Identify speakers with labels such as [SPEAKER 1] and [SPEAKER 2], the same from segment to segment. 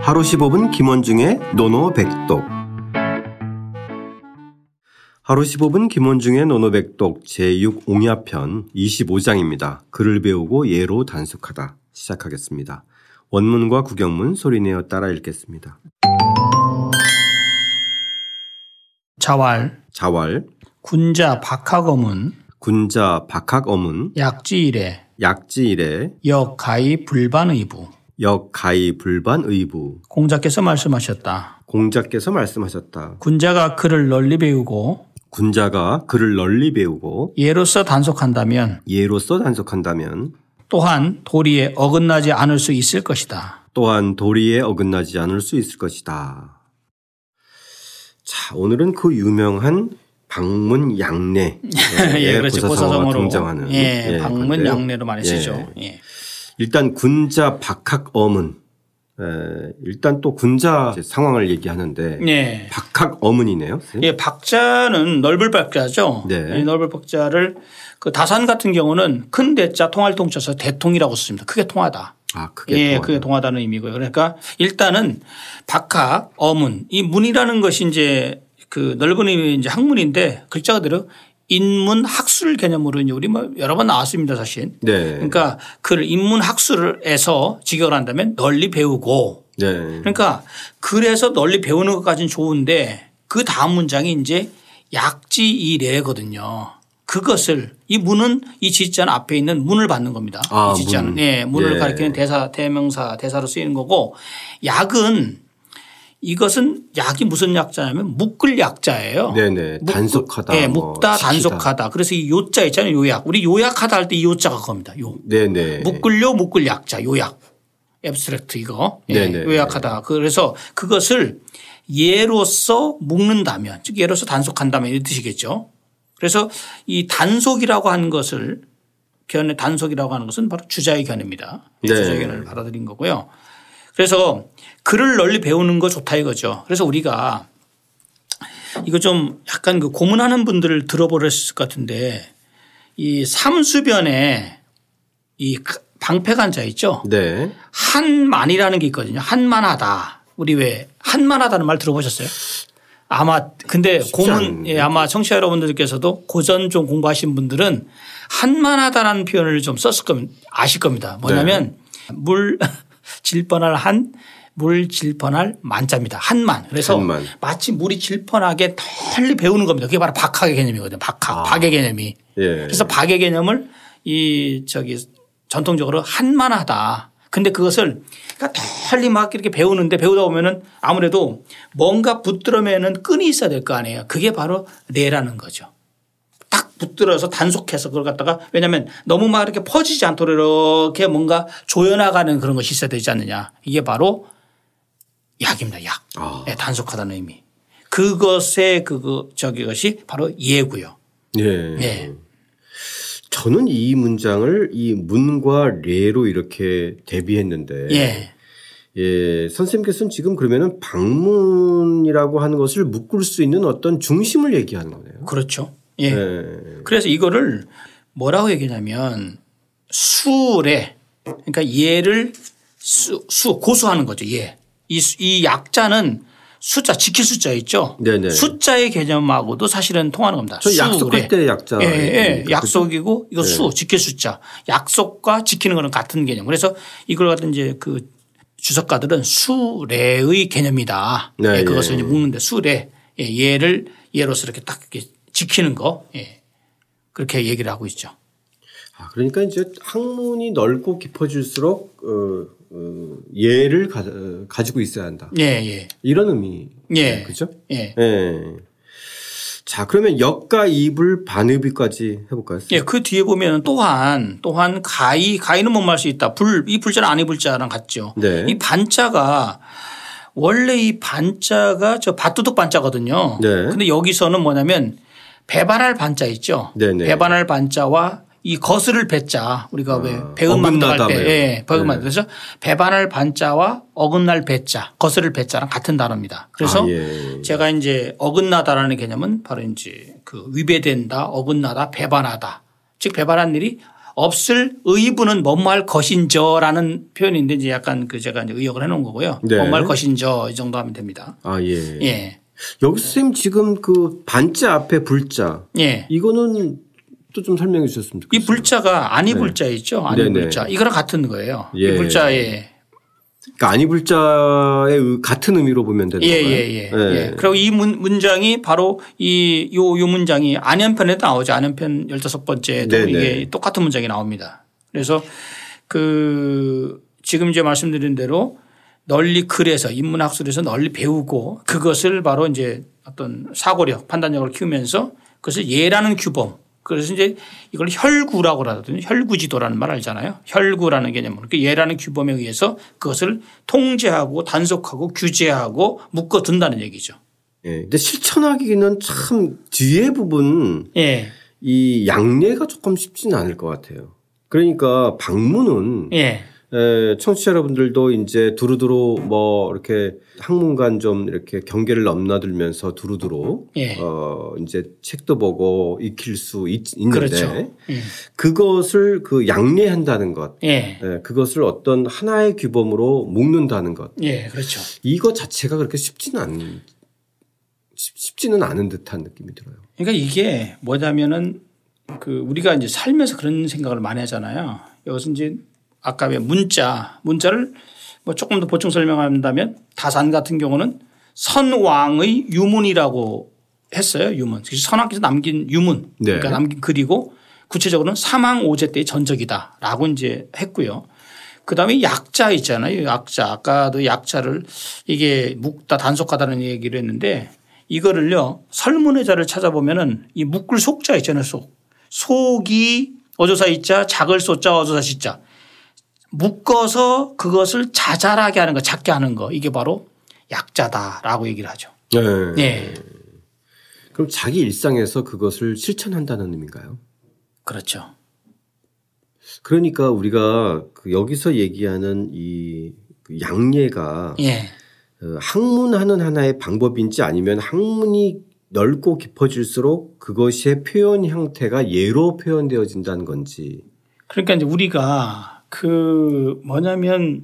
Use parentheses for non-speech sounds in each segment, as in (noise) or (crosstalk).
[SPEAKER 1] 하루 15분 김원중의 노노백독 하루 15분 김원중의 노노백독 제6옹야편 25장입니다. 글을 배우고 예로 단속하다 시작하겠습니다. 원문과 구경문 소리내어 따라 읽겠습니다.
[SPEAKER 2] 자왈
[SPEAKER 1] 자왈,
[SPEAKER 2] 군자 박하검은
[SPEAKER 1] 군자 박학어문,
[SPEAKER 2] 약지일에
[SPEAKER 1] 약지일에
[SPEAKER 2] 역가이 불반의부
[SPEAKER 1] 역가이 불반의부
[SPEAKER 2] 공자께서 말씀하셨다.
[SPEAKER 1] 공자께서 말씀하셨다.
[SPEAKER 2] 군자가 글을 널리 배우고
[SPEAKER 1] 군자가 글을 널리 배우고
[SPEAKER 2] 예로서 단속한다면
[SPEAKER 1] 예로서 단속한다면
[SPEAKER 2] 또한 도리에 어긋나지 않을 수 있을 것이다.
[SPEAKER 1] 또한 도리에 어긋나지 않을 수 있을 것이다. 자, 오늘은 그 유명한 방문 양례
[SPEAKER 2] (laughs) 예, 그렇죠. 고사성어로
[SPEAKER 1] 등장하는
[SPEAKER 2] 예,
[SPEAKER 1] 예,
[SPEAKER 2] 방문
[SPEAKER 1] 건데요.
[SPEAKER 2] 영례로 많이
[SPEAKER 1] 예.
[SPEAKER 2] 쓰죠. 예.
[SPEAKER 1] 일단 군자 박학어문 에, 일단 또 군자 상황을 얘기하는데
[SPEAKER 2] 예.
[SPEAKER 1] 박학어문이네요. 선생님?
[SPEAKER 2] 예, 박자는 넓을 박자죠.
[SPEAKER 1] 네.
[SPEAKER 2] 이 넓을 박자를 그 다산 같은 경우는 큰 대자 통할 통쳐서 대통이라고 썼습니다. 크게 통하다.
[SPEAKER 1] 아, 그게
[SPEAKER 2] 예,
[SPEAKER 1] 또
[SPEAKER 2] 그게 동하다는 의미고요. 그러니까 일단은 박하, 어문 이 문이라는 것이 이제 그 넓은 의미 이제 학문인데 글자 그대로 인문 학술 개념으로 이제 우리 뭐 여러 번 나왔습니다 사실.
[SPEAKER 1] 네.
[SPEAKER 2] 그러니까 그 인문 학술에서 직역을 한다면 널리 배우고
[SPEAKER 1] 네.
[SPEAKER 2] 그러니까 그래서 널리 배우는 것까지는 좋은데 그 다음 문장이 이제 약지이래거든요. 그것을 이 문은 이 지자는 앞에 있는 문을 받는 겁니다.
[SPEAKER 1] 아,
[SPEAKER 2] 이 지자는
[SPEAKER 1] 문.
[SPEAKER 2] 예, 문을
[SPEAKER 1] 예.
[SPEAKER 2] 가리키는 대사 대명사 대사로 쓰이는 거고 약은 이것은 약이 무슨 약자냐면 묶을 약자예요.
[SPEAKER 1] 네네.
[SPEAKER 2] 묶-
[SPEAKER 1] 단속하다.
[SPEAKER 2] 예,
[SPEAKER 1] 뭐
[SPEAKER 2] 묶다
[SPEAKER 1] 지키다.
[SPEAKER 2] 단속하다. 그래서 이 요자 있잖아요. 요약. 우리 요약하다 할 때 이 요자가 그겁니다. 요.
[SPEAKER 1] 네네.
[SPEAKER 2] 묶을려 묶을 약자 요약 앱스트랙트 이거 예,
[SPEAKER 1] 네네.
[SPEAKER 2] 요약하다 그래서 그것을 예로서 묶는다면 즉 예로서 단속한다면 이 뜻이겠죠 그래서 이 단속이라고 하는 것을 견해 단속이라고 하는 것은 바로 주자의 견해입니다
[SPEAKER 1] 네.
[SPEAKER 2] 주자의 견해를 받아들인 거고요 그래서 글을 널리 배우는 거 좋다 이거죠 그래서 우리가 이거 좀 약간 그 고문하는 분들을 들어보셨을 것 같은데 이 삼수변에 이 방패간자 있죠.
[SPEAKER 1] 네.
[SPEAKER 2] 한만이라는 게 있거든요. 한만하다. 우리 왜 한만하다는 말 들어보셨어요? 아마 근데 고문
[SPEAKER 1] 않은데.
[SPEAKER 2] 예, 아마 청취자 여러분들께서도 고전 좀 공부하신 분들은 한만하다라는 표현을 좀 썼을 겁니다. 아실 겁니다. 뭐냐면
[SPEAKER 1] 네.
[SPEAKER 2] 물 (laughs) 질펀할 한 물 질펀할 만자입니다. 한만. 그래서
[SPEAKER 1] 한만.
[SPEAKER 2] 마치 물이 질펀하게 널리 배우는 겁니다. 그게 바로 박학의 개념이거든요. 박학,
[SPEAKER 1] 아.
[SPEAKER 2] 박의 개념이.
[SPEAKER 1] 예.
[SPEAKER 2] 그래서 박의 개념을 이 저기 전통적으로 한만하다. 근데 그것을 그러니까 털리 막 이렇게 배우는데 배우다 보면은 아무래도 뭔가 붙들어매는 끈이 있어야 될 거 아니에요. 그게 바로 레라는 거죠. 딱 붙들어서 단속해서 그걸 갖다가 왜냐하면 너무 막 이렇게 퍼지지 않도록 이렇게 뭔가 조여나가는 그런 것이 있어야 되지 않느냐. 이게 바로 약입니다. 약.
[SPEAKER 1] 아.
[SPEAKER 2] 네, 단속하다는 의미. 그것의 그거 저기 것이 바로 예고요.
[SPEAKER 1] 예.
[SPEAKER 2] 예.
[SPEAKER 1] 저는 이 문장을 이 문과 레로 이렇게 대비했는데
[SPEAKER 2] 예.
[SPEAKER 1] 예, 선생님께서는 지금 그러면은 방문이라고 하는 것을 묶을 수 있는 어떤 중심을 얘기하는 거네요.
[SPEAKER 2] 그렇죠. 예.
[SPEAKER 1] 예.
[SPEAKER 2] 그래서 이거를 뭐라고 얘기냐면 수래 그러니까 예를 수, 수 고수하는 거죠. 예. 이, 수- 이 약자는 숫자 지킬 숫자 있죠.
[SPEAKER 1] 네네.
[SPEAKER 2] 숫자의 개념하고도 사실은 통하는 겁니다.
[SPEAKER 1] 저 약속할
[SPEAKER 2] 수래.
[SPEAKER 1] 때 약자.
[SPEAKER 2] 예, 예, 예.
[SPEAKER 1] 얘기니까.
[SPEAKER 2] 약속이고
[SPEAKER 1] 예.
[SPEAKER 2] 이거 수 지킬 숫자. 약속과 지키는 거는 같은 개념. 그래서 이걸 갖다 이제 그 주석가들은 수례의 개념이다.
[SPEAKER 1] 네,
[SPEAKER 2] 예, 그것을
[SPEAKER 1] 예.
[SPEAKER 2] 이제 묶는데 수례 예, 예를 예로서 이렇게 딱 이렇게 지키는 거 예. 그렇게 얘기를 하고 있죠.
[SPEAKER 1] 아, 그러니까 이제 학문이 넓고 깊어질수록 어, 어, 예를 가, 어, 가지고 있어야 한다.
[SPEAKER 2] 예, 예,
[SPEAKER 1] 이런 의미.
[SPEAKER 2] 예,
[SPEAKER 1] 그죠?
[SPEAKER 2] 예,
[SPEAKER 1] 예. 자, 그러면 역과 이불 반의비까지 해볼까요?
[SPEAKER 2] 예. 그 뒤에 보면 또한 또한 가이 가이는 못 말 수 있다. 불 이 불자는 아니 불자랑 같죠.
[SPEAKER 1] 네.
[SPEAKER 2] 이 반자가 원래 이 반자가 저 밭두둑 반자거든요.
[SPEAKER 1] 네.
[SPEAKER 2] 근데 여기서는 뭐냐면 배반할 반자 있죠.
[SPEAKER 1] 네네.
[SPEAKER 2] 배반할 반자와 이 거스를 배자 우리가 왜 배은만
[SPEAKER 1] 아, 어긋나다 뭐 네.
[SPEAKER 2] 할 때,
[SPEAKER 1] 배요.
[SPEAKER 2] 예, 배은만 그래서 배반할 반자와 어긋날 배자, 거스를 배자랑 같은 단어입니다. 그래서
[SPEAKER 1] 아, 예.
[SPEAKER 2] 제가 이제 어긋나다라는 개념은 바로 이제 그 위배된다, 어긋나다, 배반하다. 즉 배반한 일이 없을 의부는 뭐뭐할 것인저라는 표현인데 이제 약간 그 제가 이제 의역을 해놓은 거고요.
[SPEAKER 1] 네.
[SPEAKER 2] 뭐뭐할 것인저 이 정도 하면 됩니다.
[SPEAKER 1] 아, 예.
[SPEAKER 2] 예.
[SPEAKER 1] 여기 선생님 지금 그 반자 앞에 불자.
[SPEAKER 2] 예.
[SPEAKER 1] 이거는 또 좀 설명해 주셨으면
[SPEAKER 2] 이
[SPEAKER 1] 좋겠어요.
[SPEAKER 2] 불자가 아니 불자 있죠. 아니
[SPEAKER 1] 네. 네네.
[SPEAKER 2] 불자. 이거랑 같은 거예요.
[SPEAKER 1] 예.
[SPEAKER 2] 이 불자의
[SPEAKER 1] 그러니까 아니 불자의 의- 같은 의미로 보면 되는
[SPEAKER 2] 예,
[SPEAKER 1] 거예요.
[SPEAKER 2] 예, 예,
[SPEAKER 1] 네.
[SPEAKER 2] 예. 그리고 이 문, 문장이 바로 이, 요, 요 문장이 안현편에도 나오죠. 안현편 15번째에도
[SPEAKER 1] 네, 네.
[SPEAKER 2] 이게 똑같은 문장이 나옵니다. 그래서 그 지금 이제 말씀드린 대로 널리 글에서 인문학술에서 널리 배우고 그것을 바로 이제 어떤 사고력 판단력을 키우면서 그것을 예라는 규범 그래서 이제 이걸 혈구라고 하거든요. 혈구지도라는 말 알잖아요. 혈구라는 개념은 그 예라는 규범에 의해서 그것을 통제하고 단속하고 규제하고 묶어둔다는 얘기죠.
[SPEAKER 1] 예. 근데 실천하기는 참 뒤에 부분
[SPEAKER 2] 예.
[SPEAKER 1] 이 양례가 조금 쉽지는 않을 것 같아요. 그러니까 방문은
[SPEAKER 2] 예.
[SPEAKER 1] 에, 청취자 여러분들도 이제 두루두루 뭐 이렇게 학문간 좀 이렇게 경계를 넘나들면서 두루두루
[SPEAKER 2] 예.
[SPEAKER 1] 어 이제 책도 보고 익힐 수 있, 있는데
[SPEAKER 2] 그렇죠. 예.
[SPEAKER 1] 그것을그 양례한다는 것,
[SPEAKER 2] 예.
[SPEAKER 1] 예, 그것을 어떤 하나의 규범으로 묶는다는 것
[SPEAKER 2] 예. 그렇죠.
[SPEAKER 1] 이거 자체가 그렇게 쉽지는 않 쉽- 쉽지는 않은 듯한 느낌이 들어요.
[SPEAKER 2] 그러니까 이게 뭐냐면은 그 우리가 이제 살면서 그런 생각을 많이 하잖아요. 여기서 이제 아까 왜 문자 문자를 뭐 조금 더 보충 설명한다면 다산 같은 경우는 선왕의 유문이라고 했어요. 유문. 그래서 선왕께서 남긴 유문.
[SPEAKER 1] 네.
[SPEAKER 2] 그러니까 남긴 글이고 구체적으로는 사망오제 때의 전적이다라고 이제 했고요. 그다음에 약자 있잖아요. 약자. 아까도 약자를 이게 묶다 단속하다는 얘기를 했는데 이거를요. 설문의자를 찾아보면은 이 묶을 속자 있잖아요. 속. 속이 어조사 있자 작을 소자 어조사 시자 묶어서 그것을 자잘하게 하는 거 작게 하는 거 이게 바로 약자다라고 얘기를 하죠. 네.
[SPEAKER 1] 예. 그럼 자기 일상에서 그것을 실천한다는 의미인가요?
[SPEAKER 2] 그렇죠.
[SPEAKER 1] 그러니까 우리가 그 여기서 얘기하는 이그 양례가
[SPEAKER 2] 예.
[SPEAKER 1] 어, 학문하는 하나의 방법인지 아니면 학문이 넓고 깊어질수록 그것의 표현 형태가 예로 표현되어진다는 건지.
[SPEAKER 2] 그러니까 이제 우리가 그 뭐냐면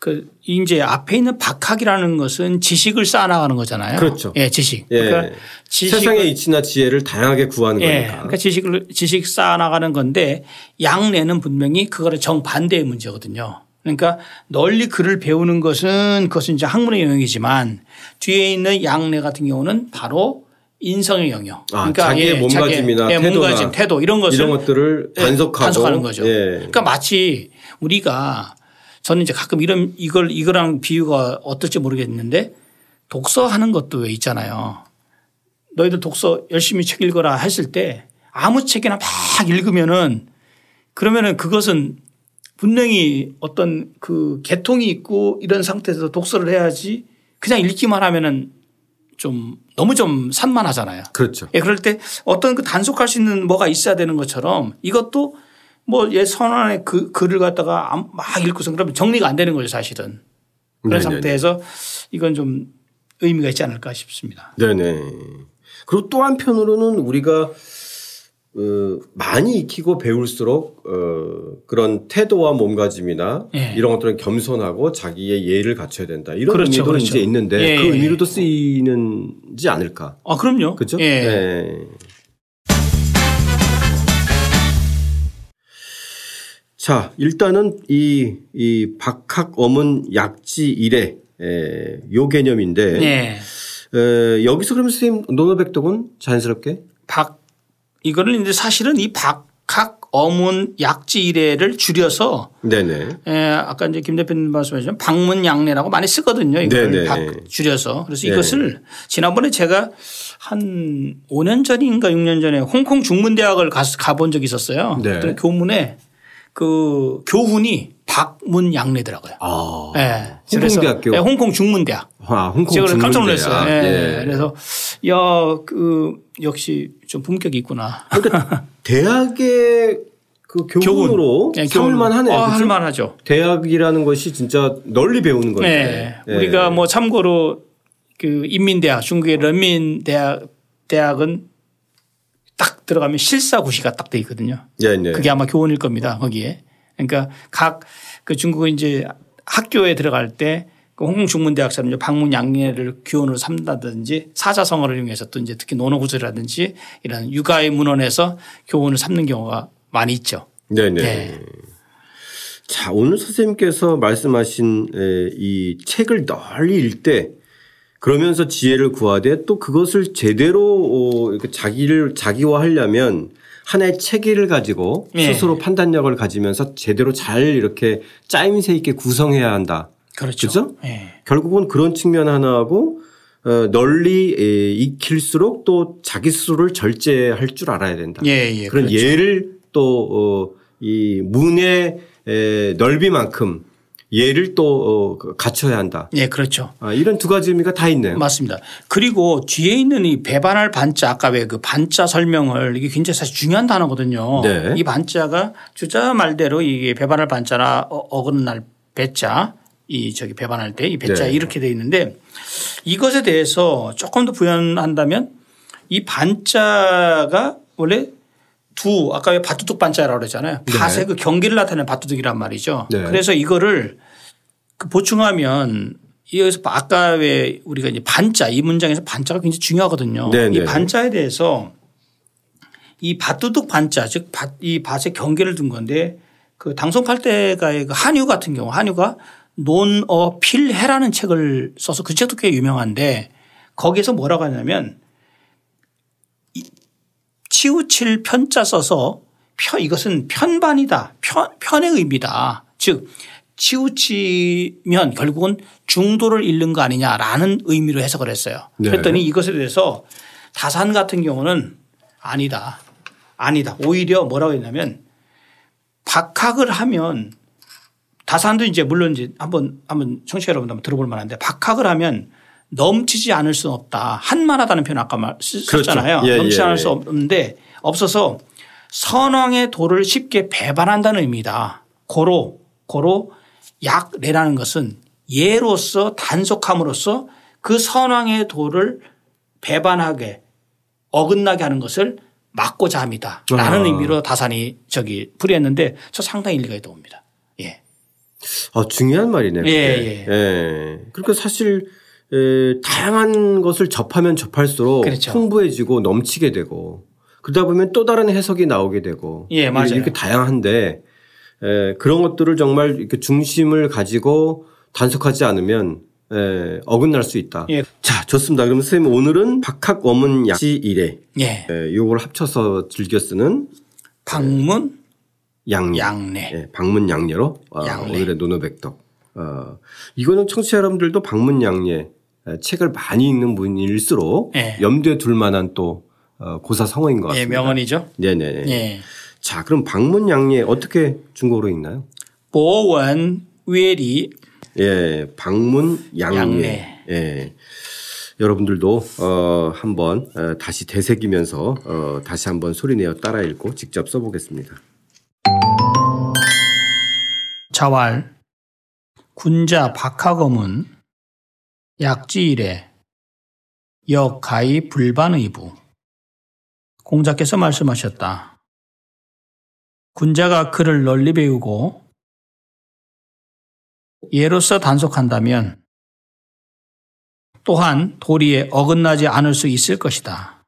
[SPEAKER 2] 그 이제 앞에 있는 박학이라는 것은 지식을 쌓아나가는 거잖아요.
[SPEAKER 1] 그렇죠.
[SPEAKER 2] 예, 지식.
[SPEAKER 1] 예.
[SPEAKER 2] 그러니까 지식
[SPEAKER 1] 세상의 이치나 지혜를 다양하게 구하는
[SPEAKER 2] 예.
[SPEAKER 1] 거니까.
[SPEAKER 2] 그러니까 지식을 지식 쌓아나가는 건데 양내는 분명히 그거를 정반대의 문제거든요. 그러니까 널리 글을 배우는 것은 그것은 이제 학문의 영역이지만 뒤에 있는 양내 같은 경우는 바로 인성의 영역. 그러니까 예,
[SPEAKER 1] 아, 자기의 몸가짐이나
[SPEAKER 2] 자기의,
[SPEAKER 1] 태도나
[SPEAKER 2] 몸가짐, 태도 이런 것을
[SPEAKER 1] 이런 것들을
[SPEAKER 2] 예,
[SPEAKER 1] 단속하고
[SPEAKER 2] 단속하는 거죠.
[SPEAKER 1] 예.
[SPEAKER 2] 그러니까 마치 우리가 저는 이제 가끔 이런 이걸 이거랑 비유가 어떨지 모르겠는데 독서하는 것도 왜 있잖아요. 너희들 독서 열심히 책 읽어라 했을 때 아무 책이나 막 읽으면은 그러면은 그것은 분명히 어떤 그 개통이 있고 이런 상태에서 독서를 해야지 그냥 읽기만 하면은 좀 너무 좀 산만하잖아요.
[SPEAKER 1] 그렇죠.
[SPEAKER 2] 예, 그럴 때 어떤 그 단속할 수 있는 뭐가 있어야 되는 것처럼 이것도 뭐예 선언의 그 글을 갖다가 암- 막 읽고서 그러면 정리가 안 되는 거죠 사실은 그런
[SPEAKER 1] 네네네.
[SPEAKER 2] 상태에서 이건 좀 의미가 있지 않을까 싶습니다.
[SPEAKER 1] 네네. 그리고 또 한편으로는 우리가 어, 많이 익히고 배울수록 어, 그런 태도와 몸가짐이나
[SPEAKER 2] 예.
[SPEAKER 1] 이런 것들은 겸손하고 자기의 예의를 갖춰야 된다. 이런
[SPEAKER 2] 그렇죠,
[SPEAKER 1] 의미도
[SPEAKER 2] 그렇죠.
[SPEAKER 1] 이제 있는데
[SPEAKER 2] 예,
[SPEAKER 1] 그
[SPEAKER 2] 예.
[SPEAKER 1] 의미로도 쓰이는지 않을까.
[SPEAKER 2] 아 그럼요.
[SPEAKER 1] 그죠?
[SPEAKER 2] 예.
[SPEAKER 1] 예. 자, 일단은 이, 이 박학 어문 약지 일에 예, 요 개념인데
[SPEAKER 2] 예.
[SPEAKER 1] 에, 여기서 그럼 선생님 노노백독은 자연스럽게
[SPEAKER 2] 박 이거는 이제 사실은 이 박학 어문 약지 이래를 줄여서
[SPEAKER 1] 네네
[SPEAKER 2] 예, 아까 이제 김 대표님 말씀하셨지만 방문 양례라고 많이 쓰거든요. 이걸
[SPEAKER 1] 네네.
[SPEAKER 2] 박- 줄여서. 그래서
[SPEAKER 1] 네.
[SPEAKER 2] 이것을 지난번에 제가 한 5년 전인가 6년 전에 홍콩 중문대학을 가, 가본 적이 있었어요.
[SPEAKER 1] 네.
[SPEAKER 2] 그랬더니 교문에 그 교훈이 박문 양례더라고요.
[SPEAKER 1] 아
[SPEAKER 2] 예.
[SPEAKER 1] 홍콩대학교
[SPEAKER 2] 그래서- 예, 홍콩 중문대학.
[SPEAKER 1] 아 홍콩
[SPEAKER 2] 제가 그래서 깜짝
[SPEAKER 1] 중문대야.
[SPEAKER 2] 놀랐어요. 예.
[SPEAKER 1] 예.
[SPEAKER 2] 그래서 야, 그 역시 좀 품격이 있구나.
[SPEAKER 1] 그러니까
[SPEAKER 2] (laughs)
[SPEAKER 1] 대학의 그 교훈으로
[SPEAKER 2] 예, 교훈.
[SPEAKER 1] 삼을만 하네요. 그렇죠?
[SPEAKER 2] 어,
[SPEAKER 1] 그죠?
[SPEAKER 2] 할만하죠.
[SPEAKER 1] 대학이라는 것이 진짜 널리 배우는 건데
[SPEAKER 2] 네.
[SPEAKER 1] 예.
[SPEAKER 2] 우리가 뭐 참고로 그 인민대학 중국의 런민대학 대학은 딱 들어가면 실사구시가 딱 돼 있거든요.
[SPEAKER 1] 네, 네.
[SPEAKER 2] 그게 아마 교훈일 겁니다. 거기에. 그러니까 각 그 중국의 이제 학교에 들어갈 때그 홍콩중문대학처럼 이제 방문 양례를 기원으로 삼다든지 사자성어를 이용해서 또 이제 특히 논어구절이라든지 이런 육아의 문헌에서 교훈을 삼는 경우가 많이 있죠.
[SPEAKER 1] 네네.
[SPEAKER 2] 네.
[SPEAKER 1] 자, 오늘 선생님께서 말씀하신 에, 이 책을 널리 읽되 그러면서 지혜를 구하되 또 그것을 제대로 어, 이렇게 자기를 자기화하려면 하나의 체계를 가지고
[SPEAKER 2] 네.
[SPEAKER 1] 스스로 판단력을 가지면서 제대로 잘 이렇게 짜임새 있게 구성해야 한다.
[SPEAKER 2] 그렇죠.
[SPEAKER 1] 그죠?
[SPEAKER 2] 예.
[SPEAKER 1] 결국은 그런 측면 하나하고 어, 널리 에, 익힐수록 또 자기 스스로를 절제할 줄 알아야 된다.
[SPEAKER 2] 예, 예.
[SPEAKER 1] 그런
[SPEAKER 2] 그렇죠.
[SPEAKER 1] 예를 또, 어, 이 문의 에, 넓이만큼 예를 또, 어, 갖춰야 한다.
[SPEAKER 2] 예, 그렇죠.
[SPEAKER 1] 아, 이런 두 가지 의미가 다 있네요.
[SPEAKER 2] 맞습니다. 그리고 뒤에 있는 이 배반할 반자 아까 왜 그 반자 설명을 이게 굉장히 사실 중요한 단어거든요.
[SPEAKER 1] 네.
[SPEAKER 2] 이 반자가 주자 말대로 이게 배반할 반자나 어- 어긋날 배자 이 저기 배반할 때 이 배자
[SPEAKER 1] 네.
[SPEAKER 2] 이렇게 돼 있는데 이것에 대해서 조금 더 부연한다면 이 반자가 원래 두 아까 왜 바뚜둑 반자라고 그랬잖아요. 밭의 그 경기를 나타내는 바뚜둑이란 말이죠.
[SPEAKER 1] 네.
[SPEAKER 2] 그래서 이거를 그 보충하면 여기서 뭐 아까 왜 우리가 이제 반자 이 문장에서 반자가 굉장히 중요하거든요.
[SPEAKER 1] 네, 네.
[SPEAKER 2] 이 반자에 대해서 이 밭두둑 반자 즉 이 밭의 경계를 둔 건데 그 당송팔 때가의 그 한유 같은 경우 한유가 논어 필해라는 책을 써서 그 책도 꽤 유명한데 거기에서 뭐라고 하냐면 이 치우칠 편자 써서 편 이것은 편반이다 편 편의 의미다 즉 치우치면 결국은 중도를 잃는 거 아니냐라는 의미로 해석을 했어요.
[SPEAKER 1] 네.
[SPEAKER 2] 그랬더니 이것에 대해서 다산 같은 경우는 아니다 아니다 오히려 뭐라고 했냐면 박학을 하면 다산도 이제 물론 이제 한번 한번 청취자 여러분들 한번 들어볼 만한데 박학을 하면 넘치지 않을 수 없다. 한만하다는 표현 아까 말 쓰-
[SPEAKER 1] 그렇죠.
[SPEAKER 2] 썼잖아요.
[SPEAKER 1] 예,
[SPEAKER 2] 넘치지
[SPEAKER 1] 예,
[SPEAKER 2] 않을
[SPEAKER 1] 예.
[SPEAKER 2] 수 없는데 없어서 선왕의 도를 쉽게 배반한다는 의미다. 고로 고로 약례라는 것은 예로서 단속함으로써 그 선왕의 도를 배반하게 어긋나게 하는 것을 막고자 합니다. 라는
[SPEAKER 1] 아.
[SPEAKER 2] 의미로 다산이 저기 풀이했는데 저 상당히 일리가 있다고 봅니다. 예.
[SPEAKER 1] 아, 중요한 말이네요. 그게.
[SPEAKER 2] 예,
[SPEAKER 1] 예. 그러니까 사실, 에, 다양한 것을 접하면 접할수록
[SPEAKER 2] 그렇죠.
[SPEAKER 1] 풍부해지고 넘치게 되고 그러다 보면 또 다른 해석이 나오게 되고
[SPEAKER 2] 예, 맞아요.
[SPEAKER 1] 이렇게 다양한데 에, 그런 것들을 정말 이렇게 중심을 가지고 단속하지 않으면 에, 어긋날 수 있다.
[SPEAKER 2] 예.
[SPEAKER 1] 자, 좋습니다. 그럼 선생님 오늘은 박학 어문 약시 이래
[SPEAKER 2] 예.
[SPEAKER 1] 예, 요걸 합쳐서 즐겨 쓰는
[SPEAKER 2] 방문
[SPEAKER 1] 양양.
[SPEAKER 2] 양례.
[SPEAKER 1] 예, 방문 양례로 어,
[SPEAKER 2] 양례.
[SPEAKER 1] 오늘의 노노백덕. 어, 이거는 청취자 여러분들도 방문 양례 예, 책을 많이 읽는 분일수록
[SPEAKER 2] 예.
[SPEAKER 1] 염두에 둘 만한 또 어, 고사 성어인 것
[SPEAKER 2] 예,
[SPEAKER 1] 같습니다.
[SPEAKER 2] 명언이죠.
[SPEAKER 1] 네네.
[SPEAKER 2] 예.
[SPEAKER 1] 자, 그럼 방문 양례 어떻게 중국어로 읽나요?
[SPEAKER 2] 보원 외리
[SPEAKER 1] 예, 방문 양례.
[SPEAKER 2] 양례.
[SPEAKER 1] 예. 여러분들도 어, 한번 어, 다시 되새기면서 어, 다시 한번 소리내어 따라 읽고 직접 써보겠습니다.
[SPEAKER 2] 자왈 군자 박하검은 약지일에 역가이 불반의부 공자께서 말씀하셨다. 군자가 그를 널리 배우고 예로서 단속한다면 또한 도리에 어긋나지 않을 수 있을 것이다.